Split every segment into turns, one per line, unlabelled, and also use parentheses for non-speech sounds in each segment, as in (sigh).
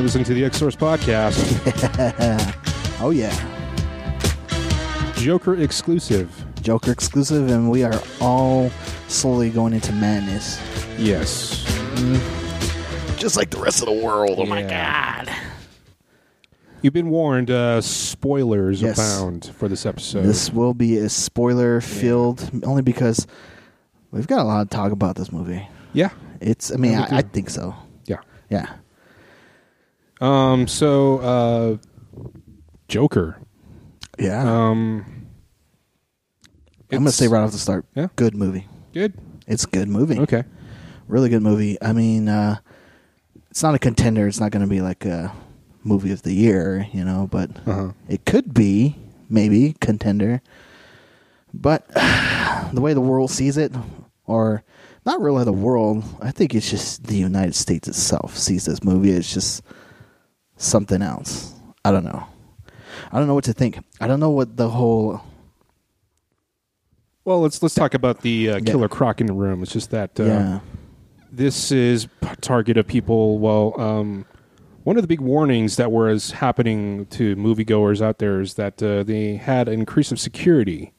listening to the X Source
(laughs)
podcast.
Oh yeah,
Joker exclusive.
Joker exclusive, and we are all slowly going into madness,
Yes.
just like the rest of the world. Oh my
Yeah. You've been warned. Uh, spoilers
Yes.
abound for this episode.
This will be a spoiler filled, only because we've got a lot to talk about this movie.
Yeah.
It's, I mean,
Yeah, we
I, I think so.
Yeah.
Yeah.
Um. So, uh, Joker.
Yeah.
Um.
I'm going to
it's-
say right off the start
Yeah.
good movie.
Good.
It's a good movie.
Okay.
Really good movie. I mean, uh, it's not a contender. It's not going to be like a movie of the year, you know, but
Uh-huh.
it could be, maybe, contender. But (sighs) the way the world sees it, or not really the world, I think it's just the United States itself sees this movie. It's just something else. I don't know. I don't know what to think. I don't know what the whole.
Well, let's let's talk about the uh,
Yeah.
killer croc in the room. It's just that uh,
yeah.
this is p- target of people. Well, um, one of the big warnings that was happening to moviegoers out there is that uh, they had an increase of security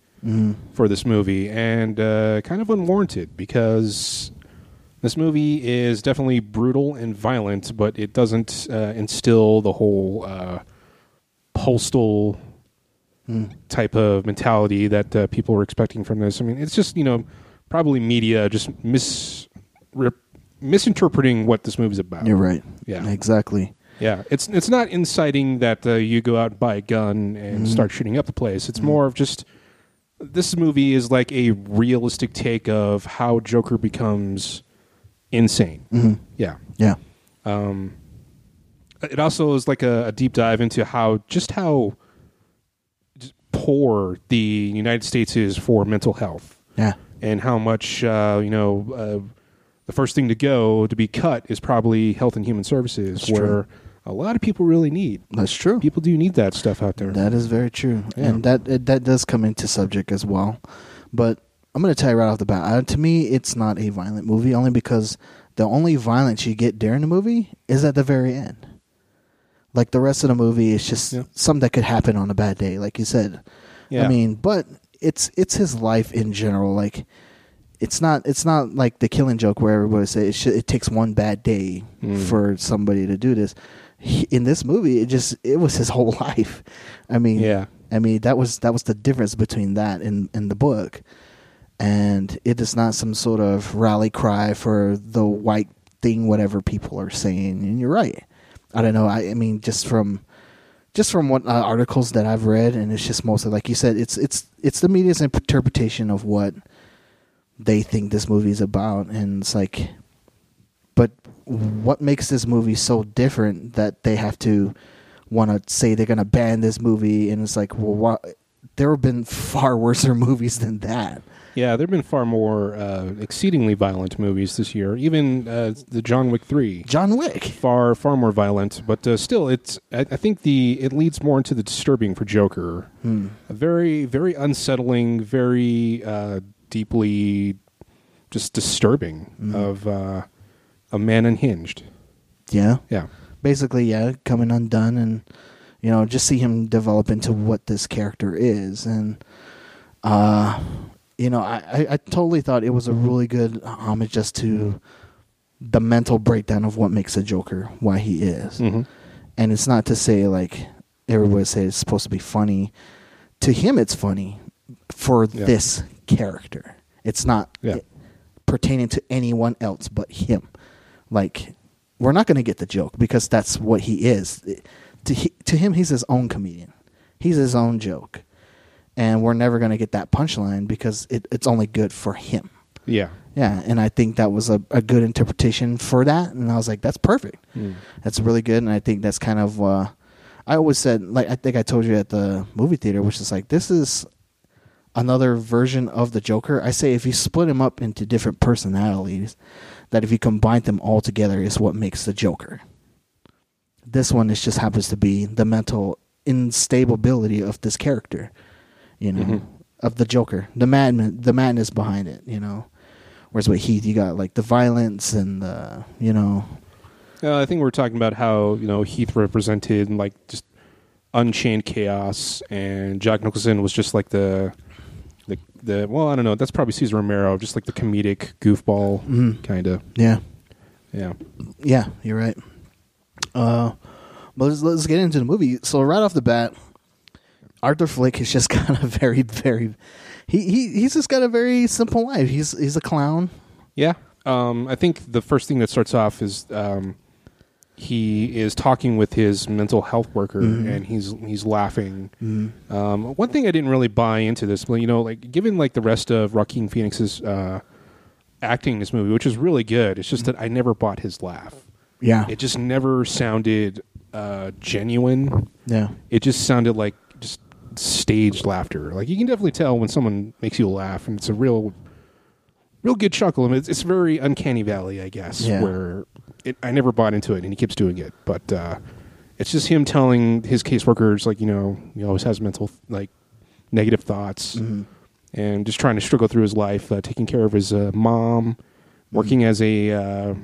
for this movie, and uh, kind of unwarranted because this movie is definitely brutal and violent, but it doesn't uh, instill the whole uh, postal type of mentality that uh, people were expecting from this. I mean, it's just you know probably media just mis rep- misinterpreting what this movie's about.
You're right.
Yeah.
Exactly.
Yeah, it's it's not inciting that uh, you go out and buy a gun
Mm-hmm.
and start shooting up the place. It's more of just this movie is like a realistic take of how Joker becomes insane.
Mm-hmm.
Yeah.
Yeah.
It also is like a, a deep dive into how just how just poor the United States is for mental health.
Yeah.
and how much uh, you know uh, the first thing to go to be cut is probably health and human services
That's
where
true.
a lot of people really need
That's true.
people do need that stuff out there
That is very true, and that it, that does come into subject as well. But I'm going to tell you right off the bat. Uh, to me, it's not a violent movie, only because the only violence you get during the movie is at the very end. Like the rest of the movie is just
Yeah.
something that could happen on a bad day, like you said.
Yeah.
I mean, but it's it's his life in general. Like it's not it's not like the Killing Joke where everybody say it, should, it takes one bad day for somebody to do this. He, in this movie, it just it was his whole (laughs) life. I mean,
Yeah.
I mean that was that was the difference between that and and the book. And it is not some sort of rally cry for the white thing, whatever people are saying. And you're right. I don't know. I, I mean, just from just from what uh, articles that I've read, and it's just mostly like you said, it's it's it's the media's interpretation of what they think this movie is about, and it's like, but what makes this movie so different that they have to want to say they're going to ban this movie, and it's like, well, what? There have been (laughs) far worser movies than that.
yeah there have been far more uh, exceedingly violent movies this year even uh, the john wick 3
John Wick.
far far more violent but uh, still it's I, I think the it leads more into the disturbing for joker
Hmm.
a very very unsettling very uh, deeply just disturbing
Hmm.
of uh, a man unhinged
Yeah.
yeah
basically yeah coming undone and you know just see him develop into what this character is and uh you know I, I i totally thought it was a really good homage just to the mental breakdown of what makes a joker why he is
mm-hmm.
and it's not to say like everybody says it's supposed to be funny to him it's funny for
Yeah.
this character it's not
Yeah.
pertaining to anyone else but him like we're not going to get the joke because that's what he is It- to, he, to him he's his own comedian he's his own joke and we're never going to get that punchline because it, it's only good for him
yeah
yeah, and I think that was a, a good interpretation for that. And I was like, that's perfect.
Mm.
That's really good. And I think that's kind of, uh, I always said, like, I think I told you at the movie theater, which is like, this is another version of the Joker. I say if you split him up into different personalities, that if you combine them all together is what makes the Joker. This one is just happens to be the mental instability of this character, you know, of the Joker, the madman, the madness behind it, you know. Whereas with Heath, you got like the violence and the you know
Uh, I think we we're talking about how you know Heath represented like just unchained chaos, and Jack Nicholson was just like the the the well, I don't know. That's probably Cesar Romero, just like the comedic goofball
Mhm.
kind of.
Yeah.
Yeah,
Yeah, you're right. Uh, but let's, let's get into the movie. So right off the bat, Arthur Flick has just (laughs) got a very, very he, he he's just got a very simple life. He's he's a clown.
yeah. Um, I think the first thing that starts off is um, he is talking with his mental health worker, and he's he's laughing. Um, one thing I didn't really buy into this, but you know, like given like the rest of Joaquin Phoenix's uh, acting in this movie, which is really good. It's just that I never bought his laugh.
Yeah,
It just never sounded uh, genuine.
yeah,
It just sounded like just staged laughter. Like you can definitely tell when someone makes you laugh, and it's a real, real good chuckle. And it's, it's very uncanny valley, I guess,
Yeah.
where it, I never bought into it, and he keeps doing it. But uh, it's just him telling his caseworkers, like you know, he always has mental like negative thoughts,
Mm-hmm.
and just trying to struggle through his life, uh, taking care of his uh, mom,
Mm-hmm.
working as a uh,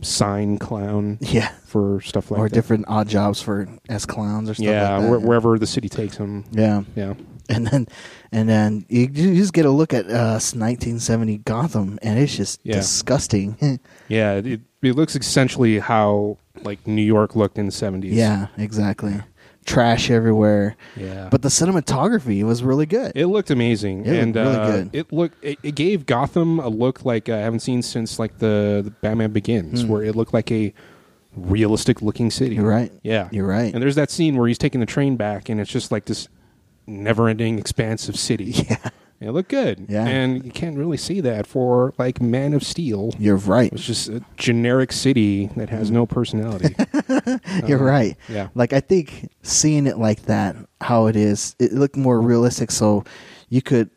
sign clown
(laughs) yeah.
for stuff like
or
that.
different odd jobs for as clowns or stuff.
yeah,
like that.
where, wherever the city takes him.
Yeah,
Yeah,
and then and then you, you just get a look at uh, 1970 Gotham, and it's just
Yeah.
disgusting. (laughs)
yeah. It, it looks essentially how like New York looked in the seventies.
yeah, exactly. Trash everywhere.
yeah.
But the cinematography was really good.
it looked amazing,
It looked
and
really
uh,
good.
it looked it, it gave Gotham a look like uh, I haven't seen since like the, the Batman Begins, where it looked like a realistic looking city.
Hmm. You're right.
Yeah,
You're right.
And there's that scene where he's taking the train back, and it's just like this never-ending expansive city.
(laughs) yeah,
It looked good.
Yeah.
and you can't really see that for like Man of Steel.
you're right.
It's just a generic city that has no personality.
(laughs) You're right.
uh, yeah.
Like I think seeing it like that, how it is, it looked more realistic. So you could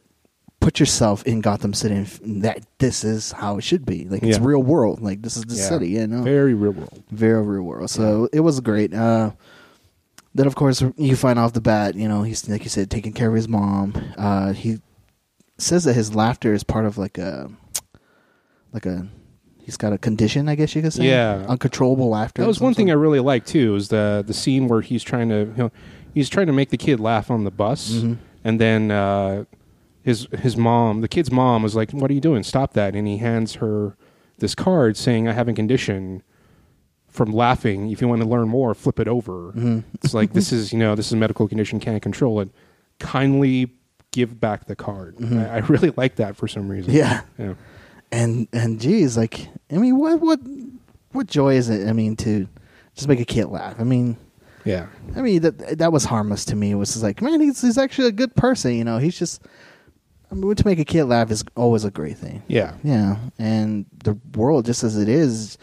put yourself in Gotham City and f- that this is how it should be. Like it's
Yeah.
real world. Like this is the
Yeah.
city. You know,
Very real world.
very real world. So it was great. Uh, then of course you find off the bat, you know, he's like you said, taking care of his mom. Uh, he says that his laughter is part of like a like a he's got a condition, I guess you could say.
Yeah.
uncontrollable laughter.
That
or
was one
something.
thing I really liked too. Is the the scene where he's trying to you know, he's trying to make the kid laugh on the bus, and then uh, his his mom, the kid's mom, was like, "What are you doing? Stop that!" And he hands her this card saying, "I have a condition." From laughing, if you want to learn more, flip it over. It's like this is you know this is a medical condition, can't control it. Kindly give back the card. I, I really like that for some reason.
Yeah.
yeah.
and and geez, like I mean, what what what joy is it? I mean, to just make a kid laugh. I mean,
Yeah.
I mean that that was harmless to me. It was just like, man, he's he's actually a good person. You know, he's just. I mean, to make a kid laugh is always a great thing.
Yeah.
Yeah, and the world just as it is,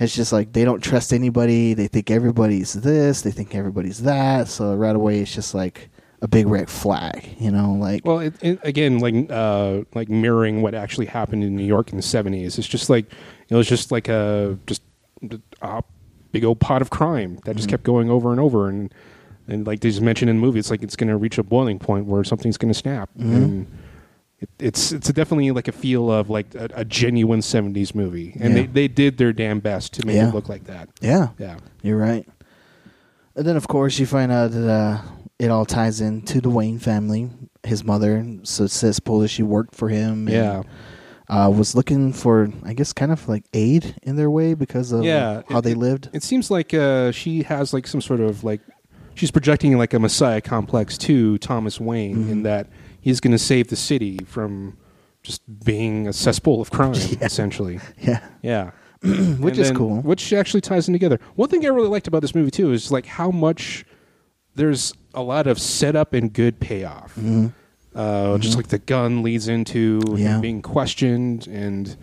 it's just like they don't trust anybody. They think everybody's this. They think everybody's that. So right away, it's just like a big red flag. You know, like
Well, it, it, again, like uh, like mirroring what actually happened in New York in the seventies. It's just like it was just like a just a big old pot of crime that
Mm-hmm.
just kept going over and over and and like they just mentioned in the movie, it's like it's going to reach a boiling point where something's going to snap.
Mm-hmm.
And it, it's it's definitely like a feel of like a, a genuine seventies movie, and
Yeah.
they, they did their damn best to make
Yeah.
it look like that.
yeah,
Yeah,
You're right. And then, of course, you find out that uh, it all ties into the Wayne family. His mother, so Sis Polish, she worked for him. and,
yeah.
uh, was looking for, I guess, kind of like aid in their way because of
Yeah,
how
it-
they
it-
lived.
It seems like uh, she has like some sort of like she's projecting like a messiah complex to Thomas Wayne
Mm-hmm.
in that he's going to save the city from just being a cesspool of
(laughs)
crime, essentially.
yeah,
Yeah.
(clears throat) which
And
is
then-
cool.
Which actually ties in together. One thing I really liked about this movie too is like how much there's a lot of setup and good payoff. Uh, Just like the gun leads into him
Mm-hmm. Yeah.
being questioned, and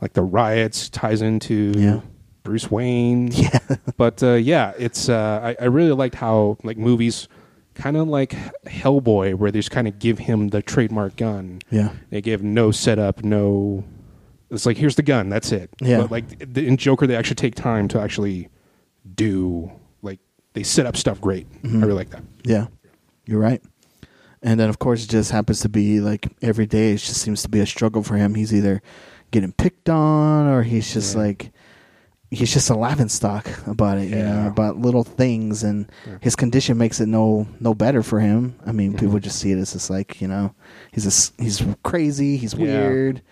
like the riots ties into
Yeah.
Bruce
(laughs)
Wayne. Yeah, but uh, yeah, it's uh, I, I really liked how like movies, kind of like Hellboy, where they just kind of give him the trademark gun.
yeah,
They give no setup, no. It's like here's the gun. That's it.
Yeah.
But like th- in Joker, they actually take time to actually do like they set up stuff great. I really like that.
yeah, you're right. And then, of course, it just happens to be like every day. It just seems to be a struggle for him. He's either getting picked on, or he's just
Yeah.
like he's just a laughing stock about it, you
Yeah.
know, about little things, and his condition makes it no no better for him. I mean, people just see it as just like you know, he's a s he's crazy, he's
Yeah.
weird,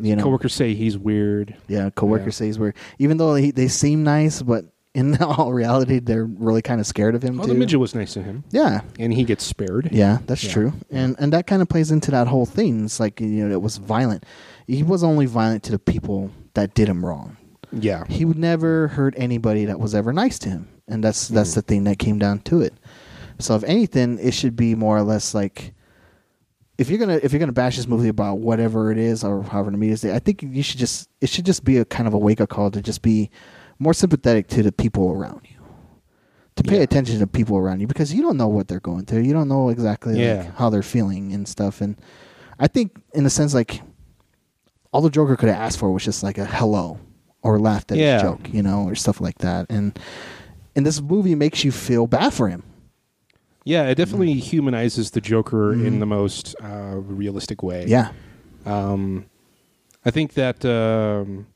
you know.
Coworkers say he's weird.
yeah, coworkers say he's weird, even though he, they seem nice, but in (laughs) all reality, they're really kind of scared of him
Oh,
too.
the midget was nice to him,
yeah,
and he gets spared.
yeah, that's
Yeah.
true, and and that kind of plays into that whole thing. It's like you know, it was violent. He was only violent to the people that did him wrong.
yeah.
He would never hurt anybody that was ever nice to him, and
Hmm.
that's that's the thing that came down to it. So if anything, it should be more or less like if you're gonna if you're gonna bash this movie about whatever it is or however the media is, I think you should just it should just be a kind of a wake up call to just be more sympathetic to the people around you. To pay
Yeah.
attention to people around you because you don't know what they're going through. You don't know exactly
Yeah.
like, how they're feeling and stuff. And I think, in a sense, like all the Joker could have asked for was just like a hello or laughed at
Yeah.
his joke, you know, or stuff like that. And and this movie makes you feel bad for him.
Yeah, it definitely humanizes the Joker in the most uh, realistic way.
Yeah,
Um, I think that, um,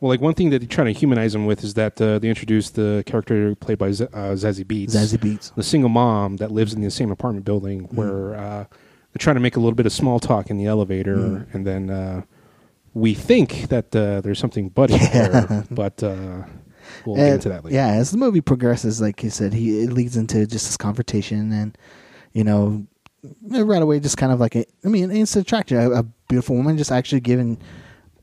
well, like one thing that they're trying to humanize him with is that uh, they introduced the character played by Z- uh, Zazie Beats,
Zazie Beats.
the single mom that lives in the same apartment building
Mm.
where uh, they're trying to make a little bit of small talk in the elevator,
Mm.
and then uh, we think that uh, there's something budding
(laughs)
there, but uh, we'll get
And-
into that later.
Yeah, as the movie progresses, like you said, he it leads into just this confrontation, and you know, right away, just kind of like a, I mean, it's attractive. A, a beautiful woman just actually giving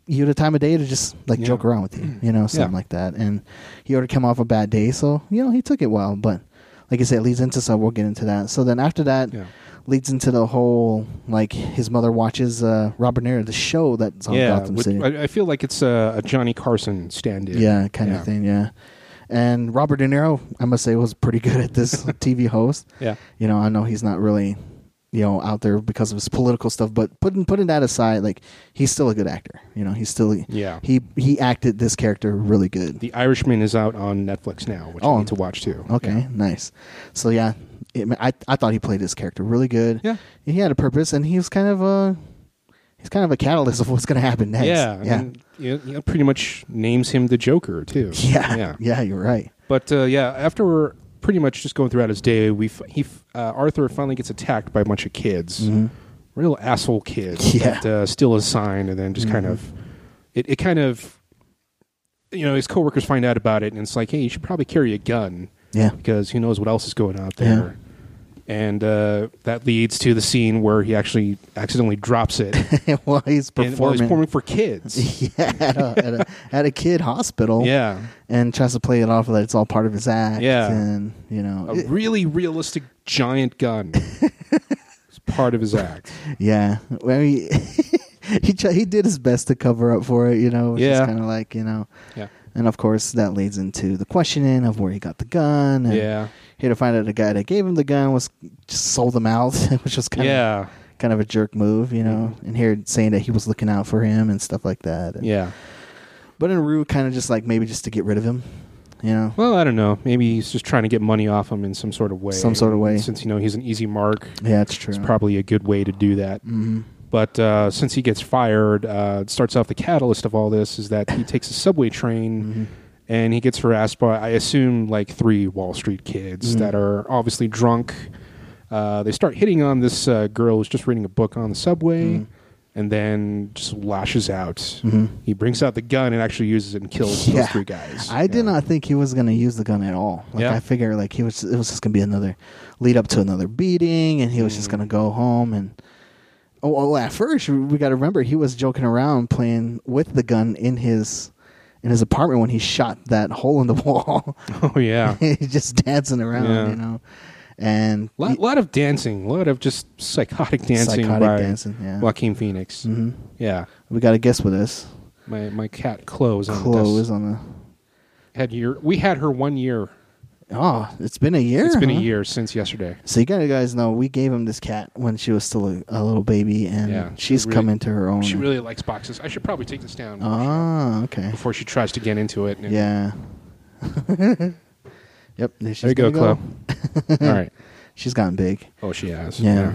you the time of day to just like
Yeah. Mm.
joke around with you, you know, something
Yeah.
like that. And he already come off a bad day, so you know, he took it well. But like I said, it leads into so we'll get into that. So then after that.
Yeah.
Leads into the whole like his mother watches uh, Robert Niro the show that's on
yeah,
Gotham
which-
City.
I, I feel like it's a, a Johnny Carson stand-in.
Yeah, kind
Yeah.
of thing. Yeah. And Robert De Niro, I must say, was pretty (laughs) good at
(laughs)
this TV host.
Yeah.
You know, I know he's not really, you know, out there because of his political stuff, but putting putting that aside, like he's still a good actor. You know, he's still
Yeah.
he he acted this character really good.
The Irishman is out on Netflix now, which
Oh.
I need to watch too.
Okay, nice. So yeah, it, I I thought he played his character really good.
Yeah.
he had a purpose, and he was kind of a he's kind of a catalyst of what's going to happen next.
Yeah,
yeah,
and it, it pretty much names him the Joker too.
(laughs) yeah, yeah. you're right.
But uh, yeah, after we're pretty much just going throughout his day, we f- he f- uh, Arthur finally gets attacked by a bunch of kids, real asshole kids
Mm-hmm. (laughs) Yeah. Mm-hmm.
that uh, steal his sign and then just kind of it, it kind of you know his coworkers find out about it and it's like, hey, you should probably carry a gun
Yeah, (laughs)
because who knows what else is going out there. And uh, that leads to the scene where he actually accidentally drops
(laughs)
it
well, he's
and, well, he's
performing.
performing for kids.
(laughs) yeah, at a, at a, at a kid hospital.
yeah,
And tries to play it off that it's all part of his act.
Yeah.
And, you know,
a
it-
really realistic giant
(laughs)
gun. it's part of his act.
yeah. Well, he, (laughs) he, tri- he did his best to cover up for it, you know.
Yeah.
It's kind of like, you know.
Yeah,
And of course, that leads into the questioning of where he got the gun. And
yeah,
Here to find out the guy that gave him the gun was just sold him out, (laughs) which was kind of
yeah, Mm-hmm.
kind of a jerk move, you know. And here saying that he was looking out for him and stuff like that. And-
yeah.
But in Rue, kind of just like maybe just to get rid of him, you know.
Well, I don't know. Maybe he's just trying to get money off him in some sort of way.
Some sort of way.
Since you know he's an easy mark,
Yeah, it's true.
it's probably a good way to do that.
Mhm.
But uh, since he gets fired, uh, it starts off the catalyst of all this is that he takes a subway train.
Mm-hmm.
And he gets harassed by, I assume, like three Wall Street kids
Mhm.
that are obviously drunk. Uh, they start hitting on this uh, girl who's just reading a book on the subway
Mhm.
and then just lashes out.
Mhm.
He brings out the gun and actually uses it and kills
Yeah.
those three guys.
I did
Yeah.
not think he was going to use the gun at all. Like
Yeah.
I figured, like he was, it was just going to be another lead up to another beating, and he was
Mm.
just going to go home and. Oh, oh, at first we got to remember he was joking around playing with the gun in his in his apartment when he shot that hole in the (laughs)
(laughs)
wall.
(laughs) Oh,
(laughs)
yeah.
He's just dancing around,
Yeah.
you know, and
A lot, lot of dancing, a lot of just psychotic dancing
psychotic
by
dancing. Yeah,
Joaquin Phoenix.
hmm
Yeah,
we got to guess with this.
my my cat Chloe is on
Chloe
the
is
desk.
on the.
Had year, we had her one year.
Oh, it's been a year.
It's been
huh?
a year since yesterday.
So you gotta guys know we gave him this cat when she was still a, a little baby, and
Yeah, she
she's
really-
come into her own.
She really likes boxes. I should probably take this down
ah, okay,
before she tries to get into it. and-
yeah. (laughs) yep, there, she's
there you go,
gonna
Chloe.
(laughs)
All right.
She's gotten big.
Oh, she has.
Yeah.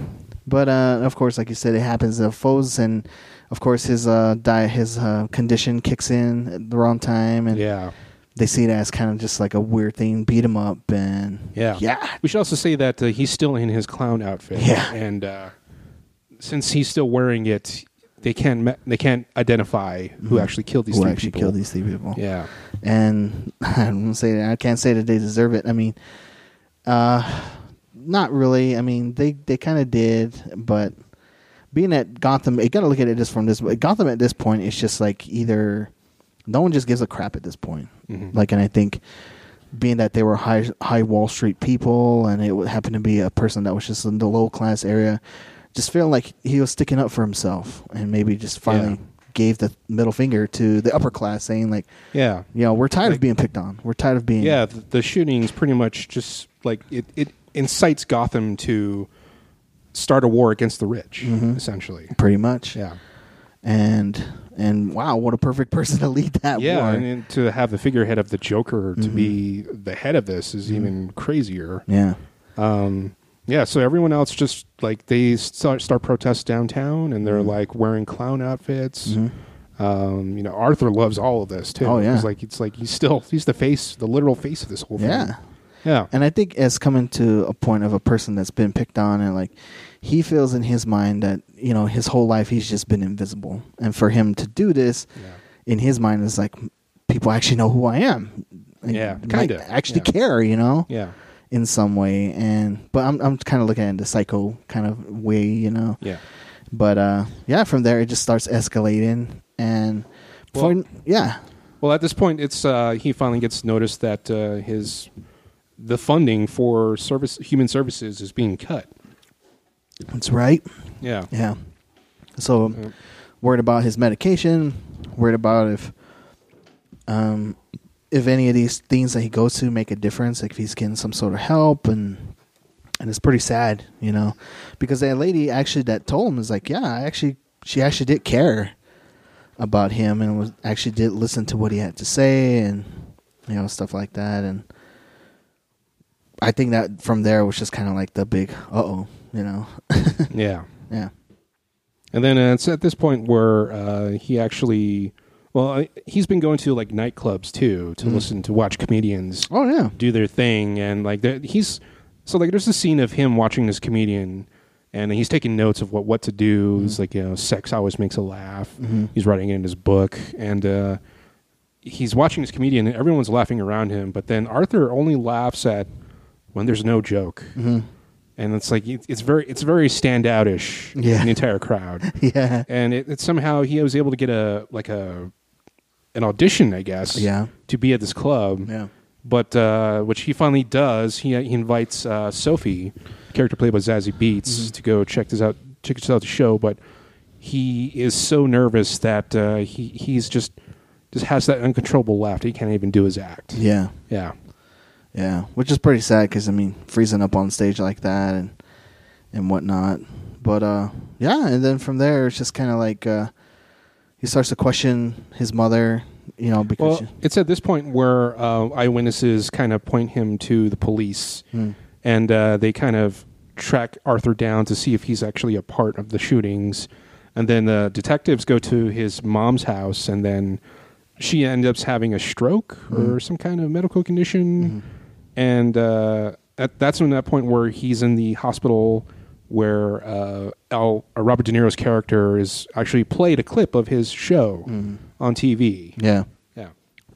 But uh, of course, like you said, it happens to foes, and of course his uh, diet, his uh, condition kicks in at the wrong time,
Yeah.
and
Yeah.
they see it as kind of just like a weird thing, beat him up, and
Yeah.
yeah,
We should also say that uh, he's still in his clown outfit.
Yeah.
And uh, since he's still wearing it, they can't ma- they can't identify who actually killed these
Mm-hmm. who
three
actually
people.
killed these three people.
Yeah.
and (laughs) I don't say that I can't say that they deserve it. I mean, uh, not really. I mean, they they kind of did, but being at Gotham, you got to look at it just from this. Gotham at this point, it's just like either no one just gives a crap at this point.
Mhm.
Like, and I think being that they were high high Wall Street people, and it would happen to be a person that was just in the low class area, just feeling like he was sticking up for himself, and maybe just finally.
Yeah.
Gave the middle finger to the upper class, saying like,
Yeah.
you know, we're tired
Like-
of being picked on. We're tired of being.
Yeah. The, the shootings pretty much just like it, it incites Gotham to start a war against the rich,
Mm-hmm.
essentially.
Pretty much.
Yeah.
And and wow, what a perfect (laughs) person to lead that
Yeah,
war. Mm-hmm.
and, and to have the figurehead of the Joker to be the head of this is even crazier.
yeah.
Um, yeah, so everyone else just like they start, start protests downtown, and
Mm-hmm.
they're like wearing clown outfits. Um, you know, Arthur loves all of this too.
Oh, yeah.
it's like it's like he's still he's the face, the literal face of this whole thing.
Yeah.
yeah,
And I think as coming to a point of a person that's been picked on and like he feels in his mind that, you know, his whole life he's just been invisible. And for him to do this
Yeah.
in his mind is like people actually know who I am. And
Yeah,
might
kinda.
Actually
Yeah.
care, you know?
yeah,
In some way. And but I'm I'm kinda looking at it in the psycho kind of way, you know.
yeah.
But uh, yeah, from there it just starts escalating, and
Well-
before- yeah,
Well, at this point, it's uh, he finally gets noticed that uh, his the funding for service human services is being cut.
that's right. (laughs)
Yeah,
Yeah, so worried about his medication, worried about if um if any of these things that he goes to make a difference, like if he's getting some sort of help, and and it's pretty sad, you know, because that lady actually that told him is like, yeah, I actually she actually did care about him and was actually did listen to what he had to say and you know stuff like that and I think that from there was just kind of like the big uh oh you know
yeah.
yeah
And then uh, it's at this point where uh, he actually, well, I- he's been going to like nightclubs too to listen to watch comedians
Mm. oh yeah
do their thing, and like there- he's so like there's a scene of him watching this comedian, and he's taking notes of what what to do.
Mm-hmm.
He's like you know, sex always makes a laugh. He's writing it in his book, and uh, he's watching this comedian, and everyone's laughing around him. But then Arthur only laughs at when there's no joke.
Mm-hmm.
And it's like it- it's very it's very standoutish
Yeah.
in the entire
(laughs)
crowd
(laughs) yeah
and it, it somehow he was able to get a like a an audition, I guess,
Yeah.
to be at this club.
yeah
But uh, which he finally does. He, he invites uh, Sophie, character played by Zazie Beats,
Mm-hmm.
to go check this out, check this out the show. But he is so nervous that uh, he he's just just has that uncontrollable laughter. He can't even do his act.
yeah
Yeah.
yeah which is pretty sad because I mean freezing up on stage like that and and whatnot but uh yeah and then from there it's just kind of like uh he starts to question his mother you know because
Well,
she-
it's at this point where uh, eyewitnesses kind of point him to the police,
Hmm.
and uh, they kind of track Arthur down to see if he's actually a part of the shootings. And then the detectives go to his mom's house, and then she ends up having a stroke or some kind of medical condition. And uh, at, that's when that point where he's in the hospital, where uh, Al, uh, Robert De Niro's character is actually played a clip of his show on TV.
Mm-hmm. hmm. yeah
Yeah.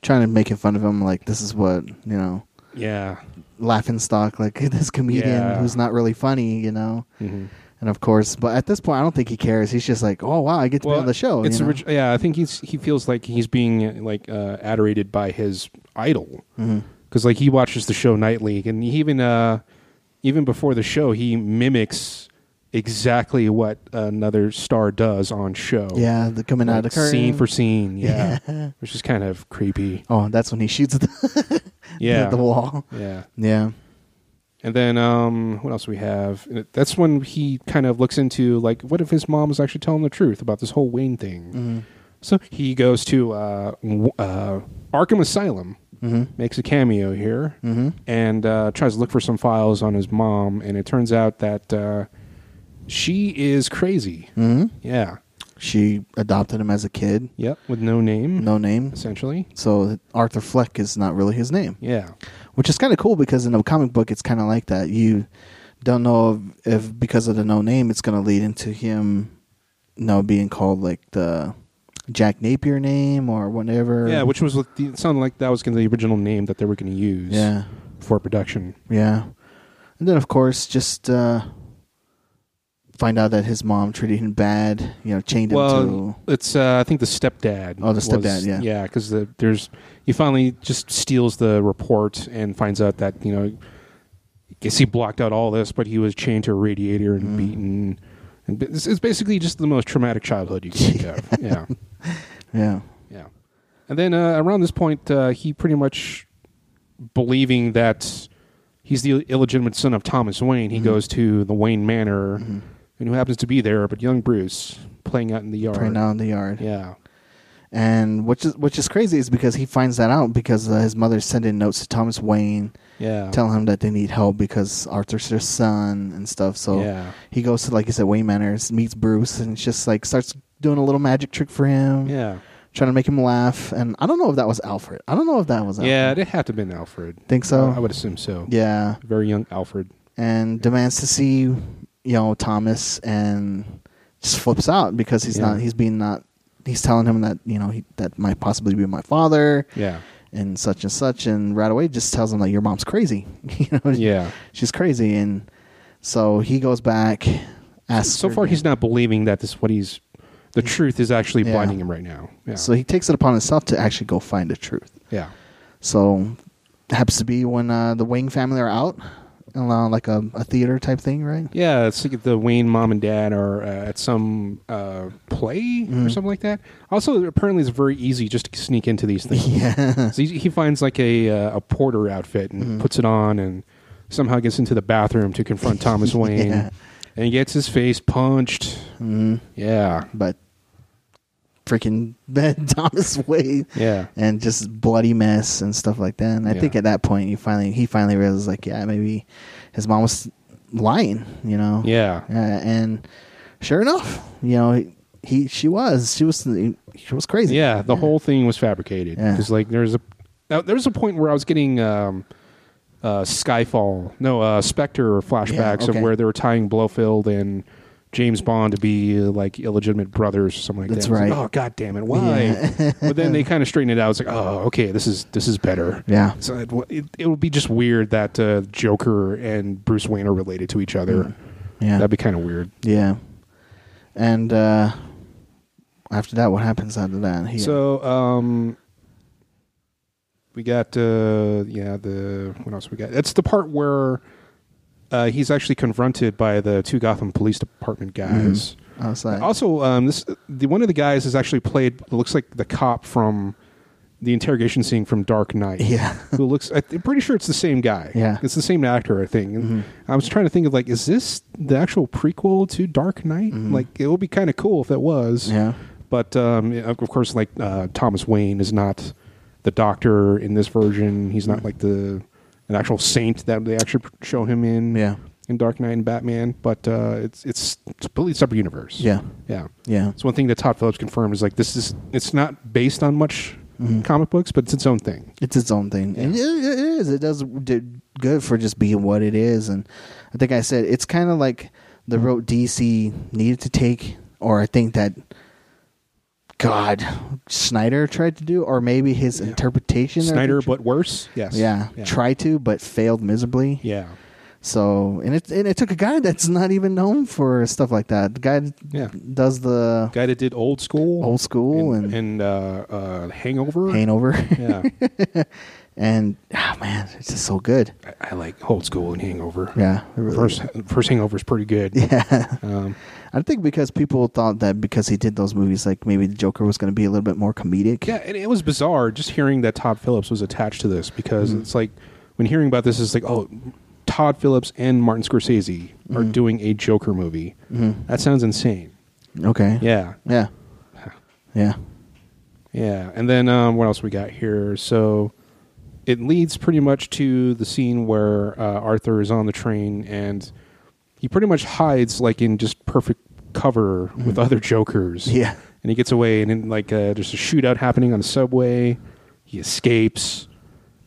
trying to making fun of him like this is what you know
Yeah.
laughing stock like (laughs) this comedian
Yeah.
who's not really funny, you know.
Mhm.
And of course, but at this point, I don't think he cares. He's just like, oh wow, I get to be on the show.
It's
you know?
orig- yeah, I think he's he feels like he's being like uh, adorated by his idol
Mhm.
because like he watches the show nightly, and he even uh, even before the show, he mimics exactly what another star does on show.
Yeah, the coming out of the
Like,
curtain.
Oh. scene for scene. Yeah.
Yeah.
(laughs) which is kind of creepy.
Oh, that's when he shoots the, (laughs)
Yeah,
at the wall.
Yeah.
Yeah.
And then um, what else we have? That's when he kind of looks into like, what if his mom is actually telling the truth about this whole Wayne thing?
Mm-hmm.
So he goes to uh, w- uh, Arkham Asylum,
Mm-hmm.
makes a cameo here, and uh, tries to look for some files on his mom. And it turns out that uh, she is crazy.
Mhm.
Yeah,
She adopted him as a kid,
Yep, with no name,
no name.
essentially.
So Arthur Fleck is not really his name,
Yeah,
which is kind of cool because in a comic book it's kind of like that. You don't know if, if because of the no name it's going to lead into him you know, being called like the Jack Napier name or whatever.
yeah, which was what the, it sounded like that was going to be the original name that they were going to use.
yeah.
for production.
Yeah. And then, of course, just uh, find out that his mom treated him bad, you know, chained him
Well, it's uh, I think the stepdad.
Oh, the
was-
stepdad, yeah.
yeah, because the, there's he finally just steals the report and finds out that you know, I guess he blocked out all this, but he was chained to a radiator
Mm.
and beaten. And b- it's, it's basically just the most traumatic childhood you can think of.
(laughs)
Yeah,
to. Yeah.
yeah. And then uh, around this point, uh, he pretty much believing that he's the illegitimate son of Thomas Wayne.
Mm-hmm.
He goes to the Wayne Manor, and who happens to be there, but young Bruce playing out in the yard.
Praying out in the yard.
Yeah.
And which is which is crazy is because he finds that out because uh, his mother's sending notes to Thomas Wayne
Yeah.
telling him that they need help because Arthur's their son and stuff. So
Yeah.
he goes to, like you said, Wayne Manors, meets Bruce, and it's just like starts doing a little magic trick for him,
Yeah.
trying to make him laugh. And I don't know if that was Alfred. I don't know if that was Alfred.
Yeah, it'd have to have been Alfred.
Think so?
I would assume so.
Yeah.
Very young Alfred.
and demands to see you know Thomas and just flips out because he's
Yeah.
not he's being not he's telling him that you know he, that might possibly be my father
Yeah.
and such and such and right away just tells him like your mom's crazy (laughs) you know
Yeah.
she's crazy and so he goes back asks
So
her-
far he's not believing that this what he's the truth is actually
Yeah.
blinding him right now. Yeah.
so he takes it upon himself to actually go find the truth
yeah.
so happens to be when uh, the Wing family are out uh, like a, a theater type thing right
Yeah, it's like the Wayne mom and dad are uh, at some uh, play
Mm-hmm.
or something like that. Also, apparently, it's very easy just to sneak into these things.
(laughs) yeah
So he, he finds like a uh, a porter outfit and
Mm-hmm.
puts it on, and somehow gets into the bathroom to
(laughs)
confront Thomas Wayne,
Yeah.
and he gets his face punched.
mm.
Yeah,
but freaking (laughs) Ben Thomas Wayne
yeah,
and just bloody mess and stuff like that. And I
Yeah.
think at that point he finally he finally realizes like yeah maybe his mom was lying you know
yeah,
Uh, and sure enough you know he, he she was she was she was crazy
yeah. The whole thing was fabricated
Yeah.
because like there's a now, there's a point where I was getting. Um, uh, Skyfall, no, uh, Spectre flashbacks
okay.
of where they were tying Blofeld and James Bond to be uh, like illegitimate brothers or something like
That's
that. I was like,
right.
oh god damn it, why?
(laughs)
but then
Uh-huh.
they kind of straightened it out. It's like, oh okay, this is this is better.
yeah
So it, it, it would be just weird that uh, Joker and Bruce Wayne are related to each
Hmm.
other.
Mm. yeah
That'd be kind of weird.
yeah and uh after that what happens after that he,
So um, we got uh, yeah the what else we got? That's the part where uh, he's actually confronted by the two Gotham Police Department guys.
I was like
Also, um, this the one of the guys is actually played looks like the cop from the interrogation scene from Dark Knight.
yeah (laughs)
who looks I th- I'm pretty sure it's the same guy.
Yeah. Mm-hmm.
It's the same actor, I think. And I was trying to think of like, is this the actual prequel to Dark Knight? Like it would be kind of cool if it was.
Mm-hmm. yeah
But um, of of course, like uh, Thomas Wayne is not the Doctor in this version. He's not like the an actual saint that they actually show him in.
Yeah.
In Dark Knight and Batman, but uh, it's it's it's a completely separate universe.
yeah
Yeah.
yeah
It's one thing that Todd Phillips confirmed is like this is it's not based on much
Mm-hmm.
comic books, but it's its own thing.
It's its own thing, and it, it is. It does do good for just being what it is. And I think I said it's kind of like the
Mm.
road DC needed to take, or I think that God Snyder tried to do, or maybe his
Yeah.
interpretation. of
Snyder,
it-
but worse. Yes.
yeah, tried to, but failed miserably.
Yeah.
So, and it and it took a guy that's not even known for stuff like that. The guy that
Yeah.
does the
Guy that did old school,
old school and,
and, and uh, uh, Hangover.
Hanover,
yeah,
(laughs)
(laughs)
and ah man, it's just so good.
I, I like old school and Hangover.
Yeah, it really
First, first Hangover is pretty good.
(laughs) Yeah.
Um,
I think because people thought that because he did those movies, like maybe the Joker was going to be a little bit more comedic.
yeah, and it was bizarre just hearing that Todd Phillips was attached to this because
Mm-hmm.
it's like when hearing about this, it's like oh, Todd Phillips and Martin Scorsese
Mm-hmm.
are doing a Joker movie. That sounds insane.
Okay.
Yeah,
Yeah. Yeah.
Yeah, and then um, what else we got here? So it leads pretty much to the scene where uh, Arthur is on the train and he pretty much hides like in just perfect cover with other Jokers.
Mm-hmm. (laughs) Yeah.
and he gets away, and then like uh, there's a shootout happening on the subway. He escapes,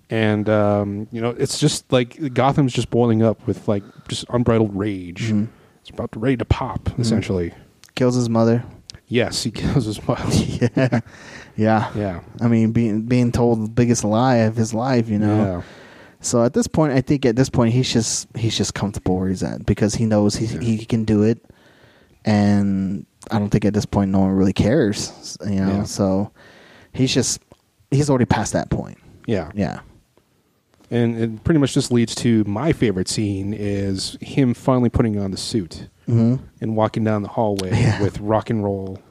and um, you know it's just like Gotham's just boiling up with like just unbridled rage.
Mm-hmm.
It's about to, ready to pop, essentially.
Kills his mother.
Yes, he (laughs) kills his mother.
(laughs) yeah. Yeah.
yeah,
I mean, being being told the biggest lie of his life, you know.
yeah.
So at this point, I think at this point he's just he's just comfortable where he's at because he knows he
Yeah.
he can do it, and I don't think at this point no one really cares, you know.
Yeah.
So he's just he's already past that point.
yeah.
Yeah.
And it pretty much just leads to my favorite scene is him finally putting on the suit
hmm
and walking down the hallway
(laughs) Yeah.
with rock and roll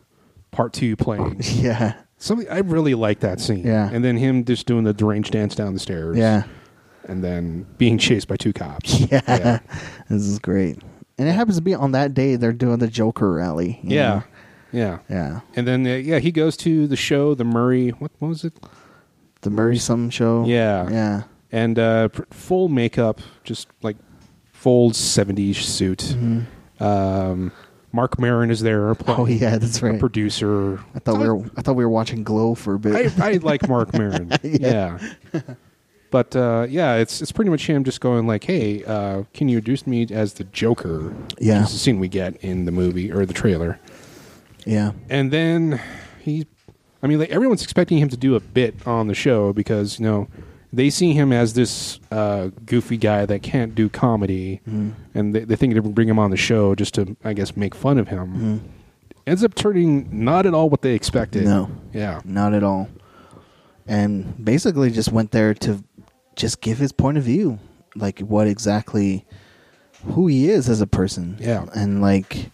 part two
(laughs)
playing.
(laughs) Yeah.
Something I really like that scene.
Yeah.
And then him just doing the deranged dance down the stairs.
Yeah.
And then being chased by two cops.
(laughs) Yeah. This is great, and it happens to be on that day they're doing the Joker rally. you
Yeah.
know?
Yeah.
Yeah.
And then uh, yeah, he goes to the show, the Murray. What, what was it?
The Murray Some show.
Yeah.
Yeah.
And uh, pr- full makeup, just like full '70s suit. Um, Mark Maron is there. Playing.
Mm-hmm. Oh yeah, that's right.
producer.
I thought we were I thought we were watching Glow for a bit.
I, I like
(laughs)
Mark Maron. yeah. But uh, yeah, it's it's pretty much him just going like, "Hey, uh, can you introduce me as the Joker?"
Yeah.
which is the scene we get in the movie or the trailer,
yeah.
and then he, I mean, like everyone's expecting him to do a bit on the show because you know they see him as this uh, goofy guy that can't do comedy, and they, they think they bring him on the show just to, I guess, make fun of him. Ends up turning not at all what they expected.
No.
Yeah.
Not at all. And basically just went there to just give his point of view, like what exactly who he is as a person.
Yeah.
And like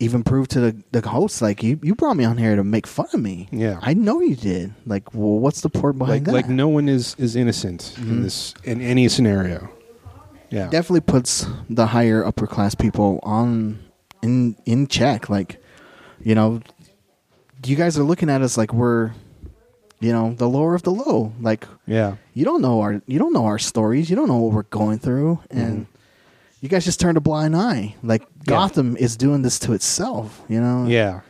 even prove to the, the host, like you, you brought me on here to make fun of me.
Yeah.
I know you did. Like, well, what's the port
like
behind that?
like no one is is innocent in this in any scenario. Yeah,
definitely puts the higher upper class people on in in check. Like, you know, you guys are looking at us like we're, you know, the lower of the low. Like,
yeah,
you don't know our you don't know our stories. You don't know what we're going through,
Mm-hmm.
and you guys just turned a blind eye. Like Gotham is doing this to itself. You know,
yeah,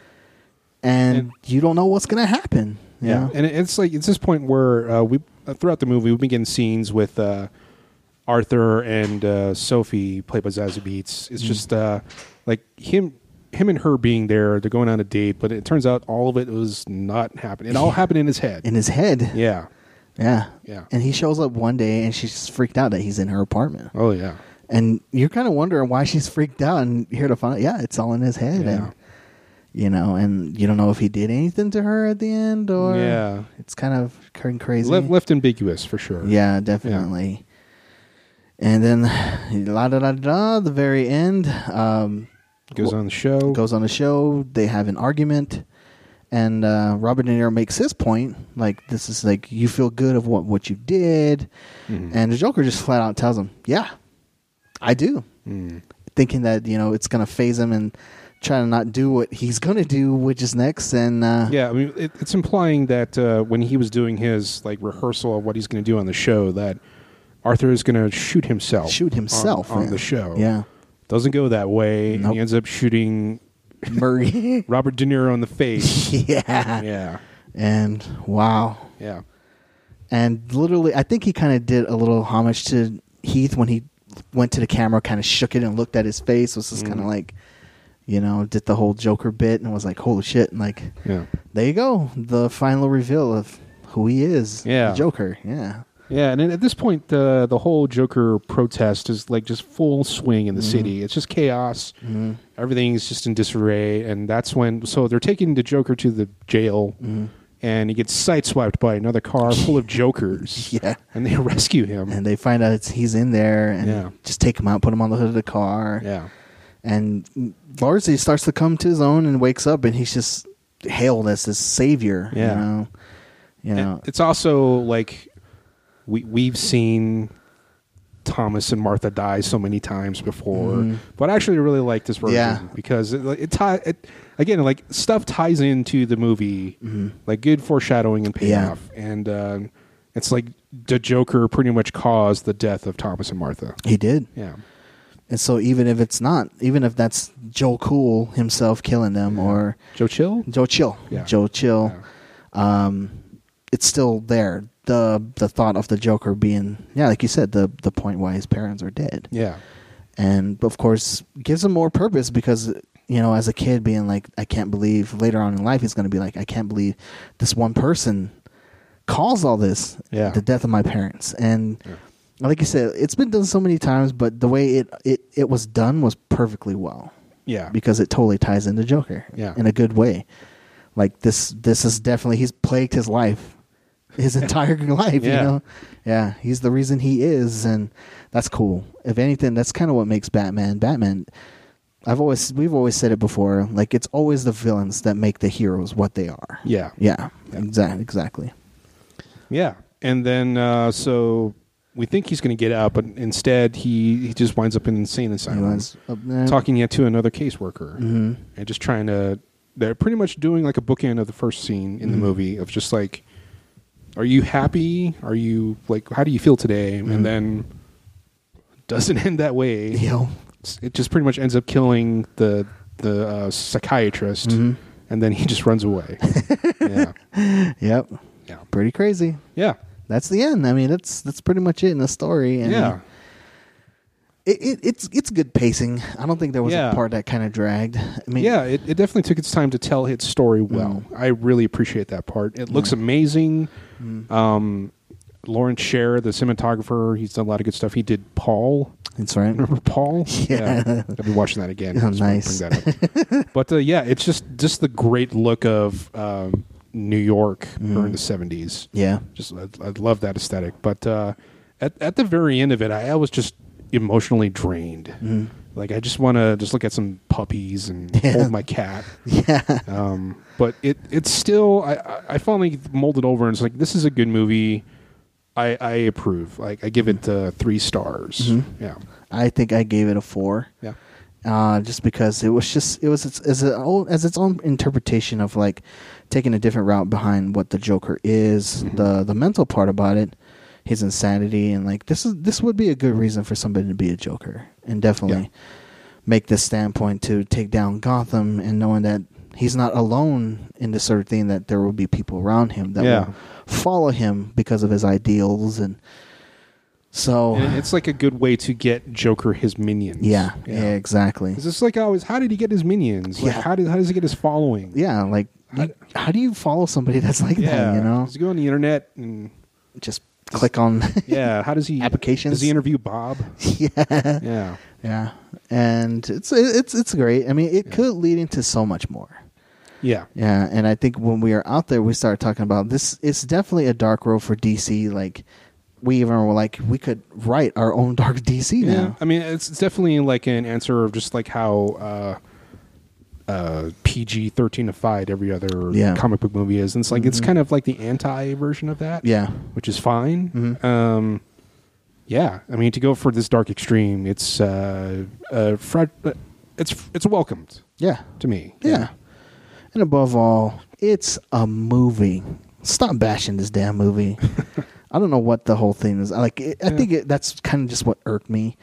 and,
And-
you don't know what's gonna happen. You
yeah.
know?
And it- it's like it's this point where uh, we uh, throughout the movie we begin scenes with uh, Arthur and uh, Sophie, played by Zazie Beats.
Mm.
It's just uh, like him. Him and her being there, they're going on a date, but it turns out all of it was not happening. It
(laughs)
all happened in his head.
in his head.
yeah.
yeah,
Yeah.
And he shows up one day, and she's freaked out that he's in her apartment.
Oh yeah.
and you're kind of wondering why she's freaked out and here to find out yeah it's all in his head
Yeah.
and you know and you don't know if he did anything to her at the end or
Yeah.
it's kind of kind of crazy
Le- left ambiguous for sure.
yeah definitely and then la da da da the very end um
Goes on the show.
goes on the show they have an argument and uh, Robert De Niro makes his point like this is like you feel good of what what you did
Mhm.
and the Joker just flat out tells him yeah I do
Mm.
thinking that you know it's gonna phase him and trying to not do what he's gonna do, which is next. And uh,
Yeah, I mean, it, it's implying that uh, when he was doing his like rehearsal of what he's going to do on the show, that Arthur is going to shoot himself.
shoot himself
on, on
yeah.
the show.
Yeah,
doesn't go that way, and
Nope.
he ends up shooting
Murray. (laughs)
Robert De Niro in the face.
yeah.
yeah,
and wow,
yeah,
and literally, I think he kind of did a little homage to Heath when he went to the camera, kind of shook it and looked at his face. Was just kind of
Mm.
like, you know, did the whole Joker bit and was like, holy shit, and like.
yeah,
There you go. The final reveal of who he is.
Yeah.
The Joker. Yeah.
yeah. And then at this point, uh, the the whole Joker protest is like just full swing in the
Mm-hmm.
city. It's just chaos.
Mhm.
Everything's just in disarray, and that's when so they're taking the Joker to the jail.
Mm-hmm.
And he gets sideswiped by another car full of
(laughs)
Jokers.
(laughs) Yeah.
and they (laughs) rescue him.
and they find out it's, he's in there and
Yeah.
just take him out, put him on the hood of the car.
yeah,
And largely starts to come to his own and wakes up and he's just hailed as his savior.
Yeah.
You know? You know?
And it's also like we we've seen Thomas and Martha die so many times before, but I actually really like this version
Mm-hmm. Yeah.
because it, like, it, tie, it again like stuff ties into the movie, like good foreshadowing and
Mm-hmm. Yeah.
payoff, and uh, it's like the Joker pretty much caused the death of Thomas and Martha.
he did.
Yeah,
And so even if it's not, even if that's Joe Cool himself killing them or
Joe Chill?
Joe Chill,
Yeah.
Joe Chill, um, it's still there. The the thought of the Joker being, yeah, like you said, the the point why his parents are dead,
Yeah.
and of course gives him more purpose because you know as a kid being like, I can't believe later on in life he's going to be like, I can't believe this one person caused all this,
Yeah.
the death of my parents, and like you said, it's been done so many times, but the way it it, it was done was perfectly well
Yeah.
because it totally ties into Joker
Yeah.
in a good way. Like this, this is definitely he's plagued his life,
(laughs)
his entire life.
Yeah.
You know, yeah, he's the reason he is, and that's cool. If anything, that's kind of what makes Batman. Batman. I've always we've always said it before. Like it's always the villains that make the heroes what they are.
yeah.
Yeah, exactly, exactly.
Yeah, and then uh, so we think he's going to get out, but instead he, he Mm-hmm. just winds up in insane asylum,
Anyone's up there?
talking yet to another caseworker,
Mhm.
and just trying to. They're pretty much doing like a bookend of the first scene in the
Mhm.
movie of just like, are you happy? Are you like, how do you feel today?
Mhm.
And then doesn't (laughs) end that way.
You know,
It's- It just pretty much ends up killing the the uh, psychiatrist,
Mhm.
and then he just runs (laughs) away. yeah,
Yep.
yeah,
Pretty crazy.
yeah,
That's the end. I mean, that's that's pretty much it in the story. And
yeah.
It, it, it's it's good pacing. I don't think there was
Yeah.
a part that kind of dragged. I mean, Mm.
yeah, it, it definitely took its time to tell its story well. I really appreciate that part. It looks amazing.
mm.
Um, Lawrence Sher, the cinematographer, he's done a lot of good stuff. He did Paul. (laughs)
that's right.
Remember Paul?
(laughs) Yeah.
I've been watching that again.
(laughs) Oh,
Just wanted to
nice.
Bring that
(laughs)
up. but uh, yeah, it's just just the great look of um, New York
Mm.
during the seventies.
Yeah,
Just I, I love that aesthetic. But uh, at at the very end of it, I, I was just emotionally drained. Like I just want to just look at some puppies and
Mm. (laughs) Yeah.
hold my cat.
(laughs) yeah,
Um, but it it's still I, I- I finally molded over and it's like this is a good movie. I, I approve. Like I give it uh, three stars.
Mm-hmm.
Yeah,
I think I gave it a four,
yeah,
uh, just because it was just it was its as a whole- as its own interpretation of like taking a different route behind what the Joker is,
Mm-hmm.
the the mental part about it, his insanity, and like this is this would be a good reason for somebody to be a Joker, and definitely
Yeah.
make this standpoint to take down Gotham, and knowing that he's not alone in this sort of thing, that there will be people around him that
Yeah.
will follow him because of his ideals, and so
And it's like a good way to get Joker his minions.
yeah, yeah, exactly.
It's just like always. How did he get his minions? Like,
Yeah.
How did how does he get his following?
yeah, like
How-
you, how do you follow somebody (laughs) that's like that? You know,
Does he go on the internet and
just click on. (laughs)
yeah? How does he
Applications?
Does he interview Bob?
(laughs) yeah,
Yeah,
yeah, and it's it's it's great. I mean, it could lead into so much more.
yeah,
Yeah, and I think when we are out there, we start talking about this. It's definitely a dark road for DC. Like we even were like, we could write our own dark DC now.
I mean, it's it's definitely like an answer of just like how uh, uh, PG thirteen ified every other
Yeah. Mm-hmm.
comic book movie is, and it's like it's kind of like the anti version of that.
Yeah,
which is fine.
Mhm.
Um, yeah, I mean, to go for this dark extreme, it's uh, uh, fra- it's it's welcomed
yeah,
to me.
yeah, And above all, it's a movie. Stop bashing this
(laughs)
damn movie. I don't know what the whole thing is. I Like, it, I
Yeah.
think it, that's kind of just what irked me.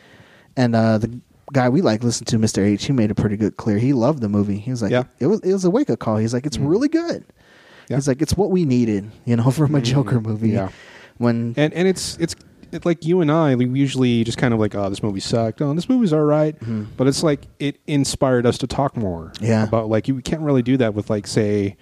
And uh, the guy we like listened to, Mr. H, he made a pretty good clear. He loved the movie. He was like,
Yeah. Mm.
it was it was a wake up call. He's like, it's really good.
Yeah. Mm.
He's like, it's what we needed, you know, (laughs) from a Joker movie.
Yeah.
When
and and it's it's it, like you and I, we usually just kind of like, oh, this movie sucked. Oh, this movie's all right. But it's like it inspired us to talk more.
Mm-hmm. Yeah.
About like you we can't really do that with like say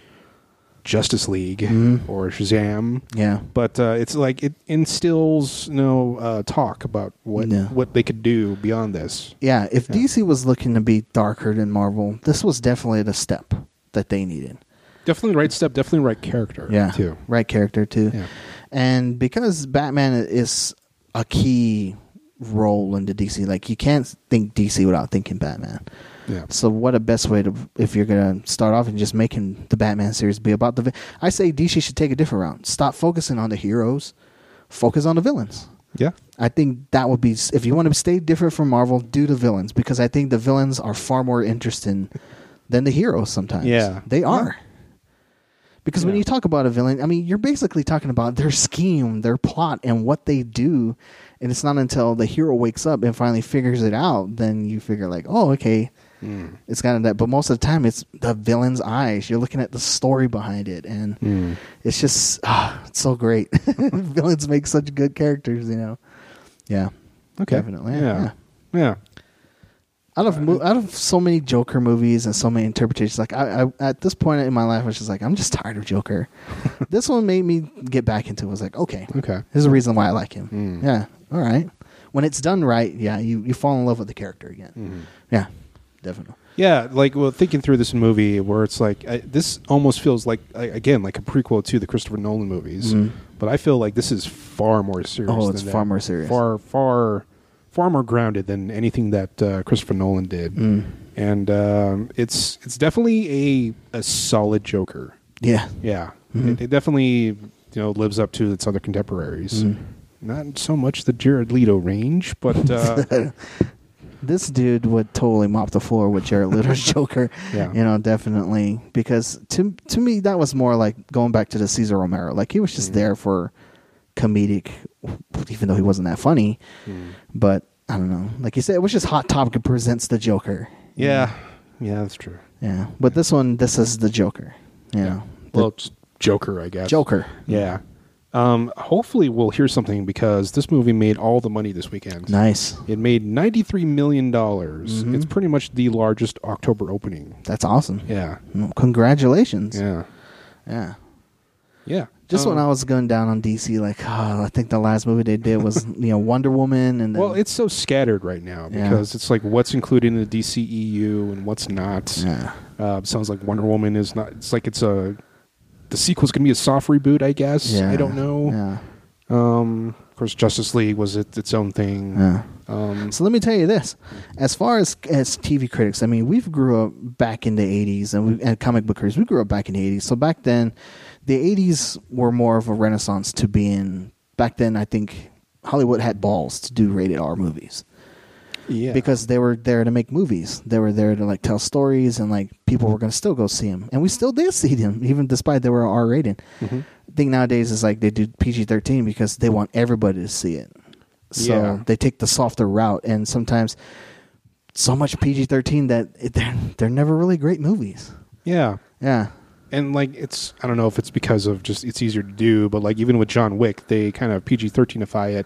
Justice League or Shazam.
Mm-hmm. yeah,
But uh, it's like it instills no uh, talk about what
No.
what they could do beyond this.
yeah, if DC was looking to be darker than Marvel, this was definitely the step that they needed.
Definitely right step. Definitely right character.
yeah,
Too.
right character too,
Yeah.
and because Batman is a key role into DC, like you can't think DC without thinking Batman.
Yeah.
So what a best way to if you're gonna start off and just making the Batman series be about the. Vi- I say DC should take a different route. Stop focusing on the heroes, focus on the villains.
Yeah.
I think that would be if you want to stay different from Marvel, do the villains because I think the villains are far more interesting than the heroes sometimes.
Yeah.
they are. Because when
Yeah.
you talk about a villain, I mean, you're basically talking about their scheme, their plot, and what they do. And it's not until the hero wakes up and finally figures it out, then you figure, like, oh, okay,
Hmm.
it's kind of that. But most of the time, it's the villain's eyes. You're looking at the story behind it. And Mm. it's just, ah, it's so great. (laughs) Villains make such good characters, you know? Yeah.
Okay.
Definitely.
Yeah.
yeah.
Yeah.
out of mo- out of so many Joker movies and so many interpretations, like I, I at this point in my life, I was just like, I'm just tired
(laughs)
of Joker. this one made me get back into. it. I was like, okay,
Okay.
there's a reason why I like him.
Mm.
Yeah, all right. When it's done right, yeah, you you fall in love with the character again.
Mm-hmm.
Yeah, definitely.
Yeah, like well, thinking through this movie, where it's like I, this almost feels like I, again like a prequel to the Christopher Nolan movies,
Mhm.
but I feel like this is far more serious.
Oh, it's
than
far
that.
more serious.
far far far more grounded than anything that uh, Christopher Nolan did,
Mm.
and um, it's it's definitely a a solid Joker.
Yeah,
Yeah,
Mhm.
it, it definitely you know lives up to its other contemporaries.
Mhm.
Not so much the Jared Leto range, but
(laughs)
uh,
this dude would totally mop the floor with Jared
(laughs)
Leto's Joker.
Yeah.
You know, definitely because to to me that was more like going back to the Caesar Romero. Like he was
Mm.
just there for comedic, even though he wasn't that funny.
Mm.
But I don't know. Like you said, it was just Hot Topic presents the Joker.
yeah, yeah, that's true.
Yeah. But this one, this is the Joker. You know, the
Well, it's Joker, I guess.
Joker.
Yeah. Um, hopefully, we'll hear something because this movie made all the money this weekend.
Nice.
It made ninety-three million dollars.
Mhm.
It's pretty much the largest October opening.
That's awesome.
Yeah.
Well, congratulations.
Yeah.
yeah.
Yeah.
Just
Um,
when I was going down on DC, like (sighs) oh, I think the last movie they did was you know Wonder Woman, and then,
Well, it's so scattered right now
Yeah.
because it's like what's included in the DCEU and what's not.
yeah,
Uh, sounds like Wonder Woman is not. It's like it's a. The sequel's gonna be a soft reboot, I guess.
yeah,
I don't know.
Yeah,
Um, of course, Justice League was it, its own thing.
yeah.
Um,
So let me tell you this: as far as as TV critics, I mean, we've grew up back in the '80s, and we and comic bookers, we grew up back in the '80s. So back then, the '80s were more of a renaissance to being. Back then, I think Hollywood had balls to do rated R movies.
yeah.
because they were there to make movies. They were there to like tell stories, and like people were going to still go see them, and we still did see them, even despite they were R rated.
Mhm.
I think nowadays is like they do PG thirteen because they want everybody to see it, so
Yeah.
they take the softer route, and sometimes so much PG thirteen that it, they're they're never really great movies.
yeah.
Yeah,
and like it's I don't know if it's because of just it's easier to do, but like even with John Wick, they kind of PG thirteenify it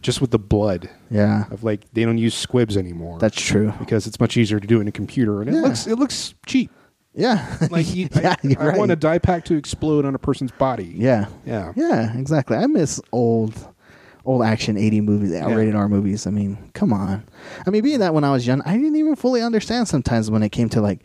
just with the blood
yeah,
of like they don't use squibs anymore.
that's true.
because it's much easier to do in a computer, and it
Yeah.
looks it looks cheap.
Yeah,
Like you,
(laughs) Yeah,
I,
you're
I want a
right.
die pack to explode on a person's body.
yeah,
yeah,
Yeah, exactly. I miss old old action 80 movies, rated R movies. I mean, come on. I mean, being that when I was young, I didn't even fully understand sometimes when it came to like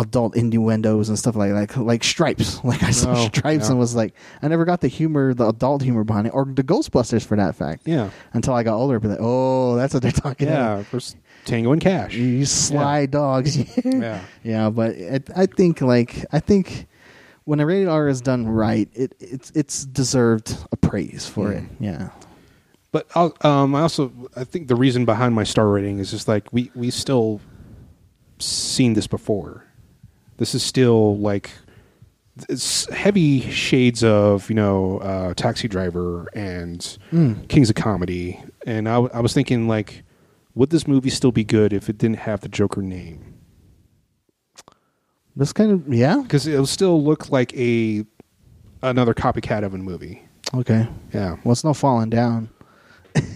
adult innuendos and stuff like like like stripes. (laughs) Like I saw
No,
stripes
Oh, yeah.
and was like I never got the humor, the adult humor behind it or the Ghostbusters for that fact.
yeah,
Until I got older, but like, oh, that's what they're talking
yeah.
about.
First Tango and Cash.
You, you sly dogs. (laughs)
Yeah,
Yeah, but it, I think like I think when a rated R is done right, it it's it's deserved a praise for
Mm.
it. Yeah,
but I'll, um, I also I think the reason behind my star rating is just like we we still seen this before. This is still like it's heavy shades of you know uh, Taxi Driver and Kings of Comedy, and I, w- I was thinking like, would this movie still be good if it didn't have the Joker name?
this kind of yeah.
Because it'll still look like a another copycat of a movie.
Okay,
Yeah.
well, it's no falling down.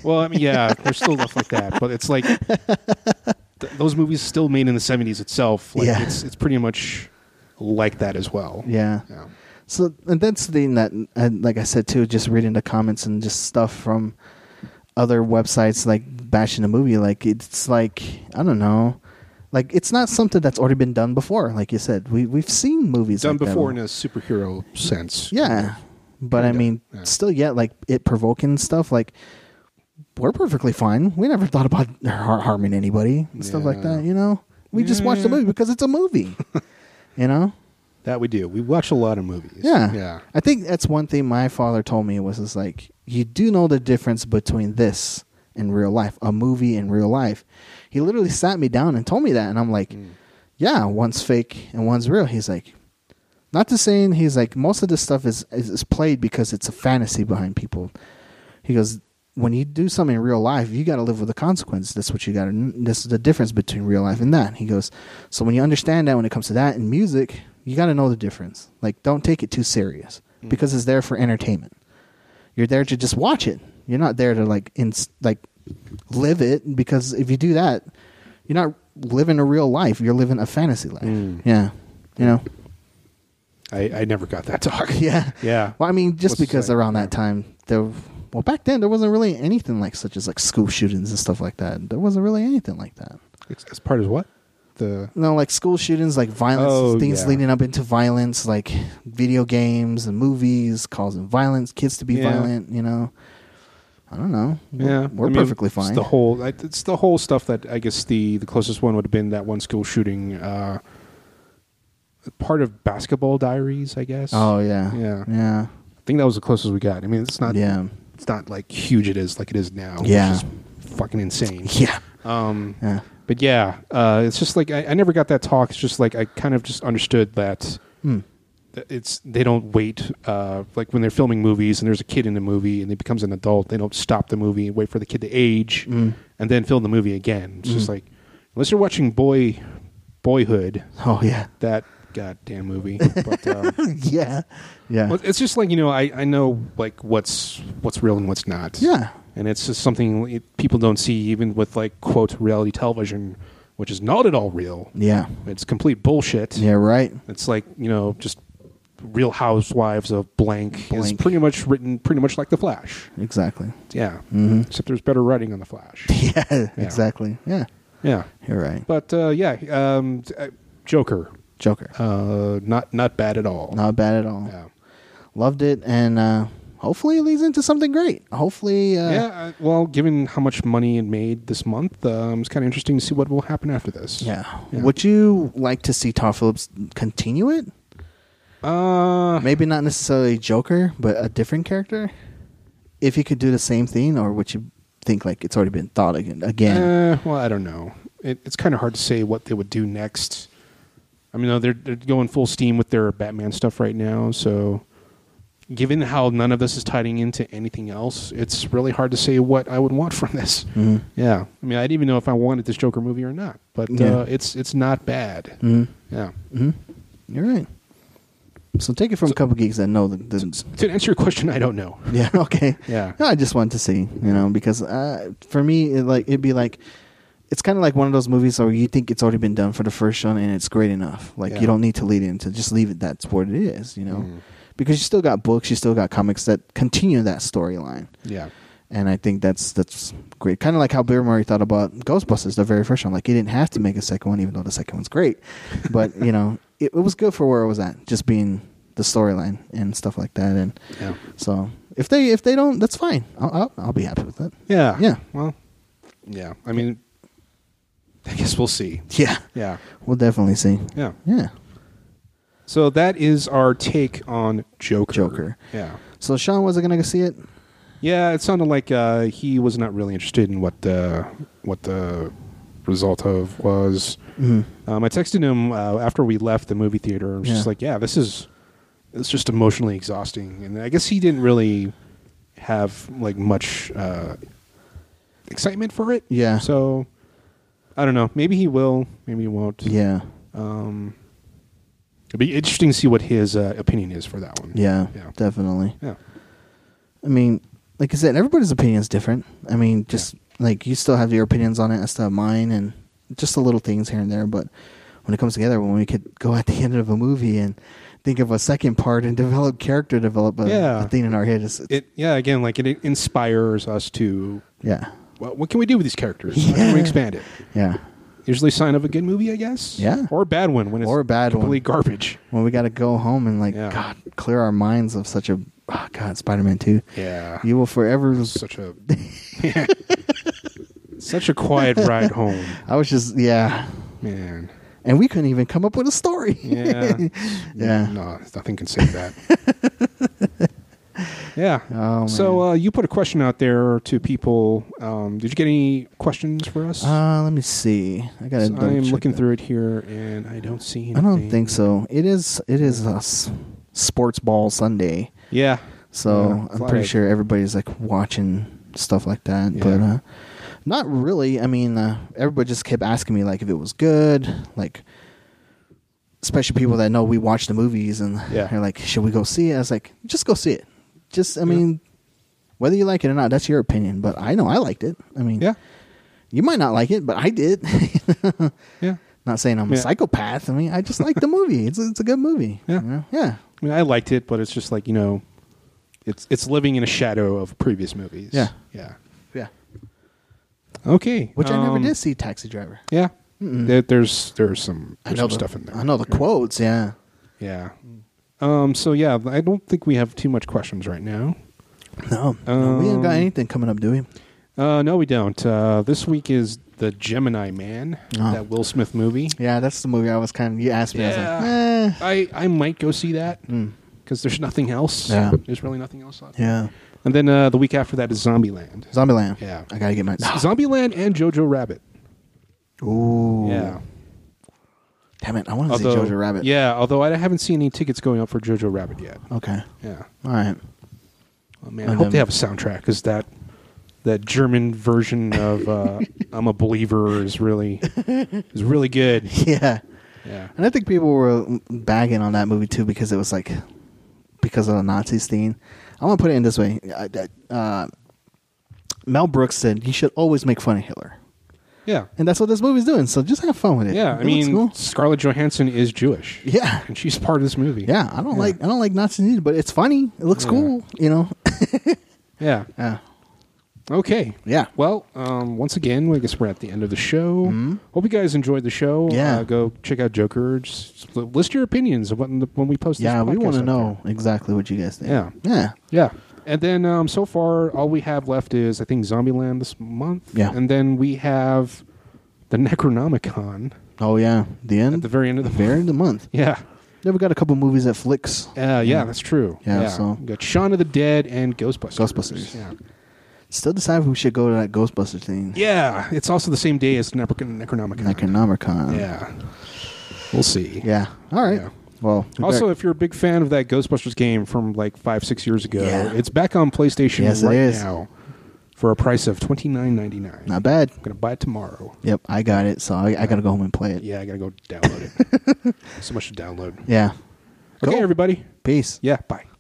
Well, I mean, yeah, there's still stuff like that, but it's
(laughs)
like th- those movies still made in the '70s itself. Like,
Yeah.
it's it's pretty much like that as well.
Yeah.
yeah,
So and that's the thing that, and like I said too, just reading the comments and just stuff from other websites like bashing the movie. Like it's like I don't know, like it's not something that's already been done before. Like you said, we we've seen movies
done
like that
before in a superhero sense.
Yeah. But I
Kinda,
mean,
yeah.
still yet, like, it provoking stuff, like, we're perfectly fine. We never thought about har- harming anybody and stuff like
Yeah.
that, you know? We just watched the
Yeah.
movie because it's
(laughs)
a movie, you know?
that we do. We watch a lot of movies.
Yeah.
yeah,
I think that's one thing my father told me was, is like, you do know the difference between this and real life, a movie in real life. He literally
Mm.
sat me down and told me that, and I'm like, yeah, one's fake and one's real. He's like, Not to saying he's like most of this stuff is, is is played because it's a fantasy behind people. He goes, when you do something in real life, you got to live with the consequence. That's what you got to. This is the difference between real life and that. He goes, so when you understand that, when it comes to that in music, you got to know the difference. Like, don't take it too serious because it's there for entertainment. You're there to just watch it. You're not there to like in like live it because if you do that, you're not living a real life. You're living a fantasy life.
Mm.
Yeah, you know.
I, I never got that talk.
(laughs) Yeah.
Yeah.
Well, I mean, just
What's it
because
like?
around that time, there, well, back then there wasn't really anything like such as like school shootings and stuff like that. There wasn't really anything like that.
As part of what? The
No, like school shootings, like violence,
Oh,
things
yeah.
leading up into violence, like video games and movies causing violence, kids to be
Yeah.
violent. You know, I don't know. We're-
yeah,
we're
I mean,
perfectly
it's
fine.
the whole like, it's the whole stuff that I guess the the closest one would have been that one school shooting. Uh, part of basketball diaries, I guess.
oh yeah,
Yeah.
yeah,
I think that was the closest we got. I mean, it's not
yeah,
it's not like huge it is like it is now.
Yeah.
which is fucking insane.
yeah,
Um,
yeah.
but yeah, uh, it's just like I, I never got that talk. It's just like I kind of just understood that
Hmm.
that it's they don't wait uh, like when they're filming movies and there's a kid in the movie and he becomes an adult they don't stop the movie and wait for the kid to age
Mm.
and then film the movie again it's just
Mm.
like unless you're watching boy boyhood
Oh yeah, (laughs)
that goddamn movie but um,
yeah, yeah,
well, it's just like you know I, I know like what's what's real and what's not
yeah.
and it's just something it- people don't see even with like quote reality television which is not at all real
Yeah.
it's complete bullshit
Yeah. Right.
it's like you know, just Real Housewives of blank, is
Blank.
pretty much written pretty much like The Flash. (laughs)
Exactly.
Yeah,
Mhm.
except there's better writing on The
(laughs)
Flash.
Yeah, Exactly. Yeah.
yeah,
You're right.
but uh, yeah, um, uh, Joker,
Joker.
uh, not not bad at all.
Not bad at all.
yeah,
Loved it, and uh, hopefully it leads into something great. Hopefully, uh,
yeah. uh, well, given how much money it made this month, um, it's kind of interesting to see what will happen after this.
yeah.
Yeah.
Would you like to see Todd Phillips continue it?
Uh,
Maybe not necessarily Joker, but a different character. If he could do the same thing, or would you think like it's already been thought again? Again,
Uh, well, I don't know. It, it's kind of hard to say what they would do next. I mean, they're they're going full steam with their Batman stuff right now. So, given how none of this is tying into anything else, it's really hard to say what I would want (laughs) from this.
Mhm.
Yeah, I mean, I didn't even know if I wanted this Joker movie or not. But
Yeah.
uh, it's it's not bad.
Mhm.
Yeah.
Mhm. you're right. So take it from a couple geeks that know the, the
To answer your question, I don't know.
(laughs) Yeah. Okay.
Yeah.
No, I just wanted to see, you know, because uh, for me, it like it'd be like, it's kind of like one of those movies where you think it's already been done for the first show and it's great enough. Like
Yeah.
you don't need to lead into, just leave it. That's what it is, you know,
Mm.
because you still got books, you still got comics that continue that storyline,
Yeah.
and I think that's that's great. Kind of like how Bill Murray thought about Ghostbusters, the very first one. Like he didn't have to make a second one, even though the second one's great, but you know, it, it was good for where it was at, just being the storyline and stuff like that, and.
Yeah.
So if they if they don't, that's fine. I'll I'll, I'll be happy with that.
Yeah.
Yeah.
Well. Yeah. I mean, I guess we'll see.
Yeah,
Yeah.
we'll definitely see.
Yeah.
Yeah.
So that is our take on Joker.
Joker.
Yeah.
So Sean wasn't gonna go see it.
Yeah, it sounded like uh, he was not really interested in what the what the result of was.
Mm.
Um, I texted him uh, after we left the movie theater. I was just
Yeah.
like, "Yeah, this is it's just emotionally exhausting." And I guess he didn't really have like much uh, excitement for it.
Yeah.
So I don't know. Maybe he will. Maybe he won't.
Yeah.
Um, it'd be interesting to see what his uh, opinion is for that one.
Yeah.
Yeah.
Definitely.
Yeah.
I mean, like I said, everybody's opinion is different. I mean, just like you still have your opinions on it, I still have mine, and just the little things here and there. But when it comes together, when we could go at the end of a movie and think of a second part and (laughs) develop character, develop a,
Yeah.
a thing in our head, it's, it's-
It yeah. Again, like it inspires us to.
yeah,
Well, what can we do with these characters? How can we
Yeah.
expand it?
yeah.
Usually, sign of a good movie, I guess.
Yeah.
Or a bad one when it's
Or a bad
completely
one.
garbage.
when we got to go home and like
Yeah.
God clear our minds of such a oh God Spider-Man two.
Yeah.
You will forever.
such
(laughs)
a such a quiet ride home,
I was just yeah,
man.
and we couldn't even come up with a story.
Yeah.
Yeah.
No, nothing can save that. Yeah.
(laughs) Oh,
so
man.
uh, you put a question out there to people. Um, did you get any questions for us?
(laughs) Uh, let me see. I got.
So I am looking through it here, and I don't see.
I
Anything.
don't think so. It is. It is a s- sports ball Sunday,
Yeah.
so
Yeah, it's
I'm
like-
pretty sure everybody's like watching stuff like that.
Yeah.
But uh, not really. I mean, uh, everybody just kept asking me like if it was good, like especially people that know we watch the movies and
Yeah.
they're like, should we go see it? I was like, just go see it. Just, I
Yeah.
mean, whether you like it or not, that's your opinion. But I know I liked it. I mean,
Yeah.
you might not like it, but I did. (laughs)
Yeah.
Not saying I'm a
Yeah.
psychopath. I mean, I
(laughs)
just like the movie. It's it's a good movie.
Yeah.
you know? yeah,
I mean, I liked it, but it's just like you know, it's it's living in a shadow of previous movies.
Yeah.
Yeah.
yeah.
Okay.
Which I never
um,
did see Taxi Driver.
Yeah.
Mm-mm.
There, there's there's some
I
there's
know
some
the,
stuff in there.
I know the Mm. quotes. Yeah.
Yeah. Um. So yeah, I don't think we have too much questions right now.
No, no, we ain't got
Um,
anything coming up, do we?
Uh, no, we don't. Uh, this week is the Gemini Man,
Oh.
that Will Smith movie.
Yeah, that's the movie I was kind of. You asked me. I was like, eh.
I, I might go see that
Mm.
because there's nothing else.
Yeah.
There's really nothing else. Left.
Yeah.
And then uh, the week after that is Zombieland.
Zombieland.
Yeah.
I gotta get my.
Zombieland and Jojo Rabbit.
(gasps) Ooh.
Yeah.
Damn it! I want to see Jojo Rabbit. Oh.
Yeah, although I haven't seen any tickets going up for Jojo Rabbit yet.
Okay.
Yeah.
All right. (laughs)
Oh, man, I
And
hope
then-
they have a soundtrack because that that German version of
(laughs)
uh, "I'm a Believer" is really is really good.
Yeah.
Yeah.
And I think people were bagging on that movie too because it was like because of the Nazis thing. I want to put it in this way: I- I- uh, Mel Brooks said you should always make fun of Hitler,
Yeah.
and that's what this movie's doing. So just have fun with it.
Yeah, I
It looks
mean,
cool.
Scarlett Johansson is Jewish.
yeah,
and she's part of this movie.
yeah. I don't like I don't like Nazis either, but it's funny. It looks
Yeah.
cool. You know. (laughs)
Yeah.
yeah.
Okay.
Yeah.
Well, um, once again, I guess we're at the end of the show.
Mhm.
Hope you guys enjoyed the show.
Yeah.
Uh, go check out Joker. Just list your opinions of when, when we post.
Yeah,
this
we
podcast
want to
up
know exactly what you guys think.
Yeah.
Yeah.
there. Yeah. And then um, so far, all we have left is I think Zombieland this month.
Yeah.
And then we have the Necronomicon
Oh yeah. The end.
at the very end of the
very end of the month.
Yeah.
Then we got a couple movies at Flicks.
Uh, yeah, that's true.
Yeah, so-
We got Shaun of the Dead and Ghostbusters.
Ghostbusters.
Yeah.
Still decide if we should go to that Ghostbuster thing.
Yeah, it's also the same day as Necron- Necronomicon.
Necronomicon.
Yeah. We'll see.
Yeah. All right.
Yeah.
Well. we
Also,
better-
if you're a big fan of that Ghostbusters game from like five, six years ago,
Yeah.
it's back on PlayStation
Yes, it
right
is.
now for a price of twenty nine ninety nine. I'm
not bad.
gonna buy it tomorrow.
Yep, I got it. So I, I gotta go home and play it.
Yeah, I gotta go download it. so much to download.
Yeah.
Okay,
Cool.
everybody.
Peace.
Yeah, bye.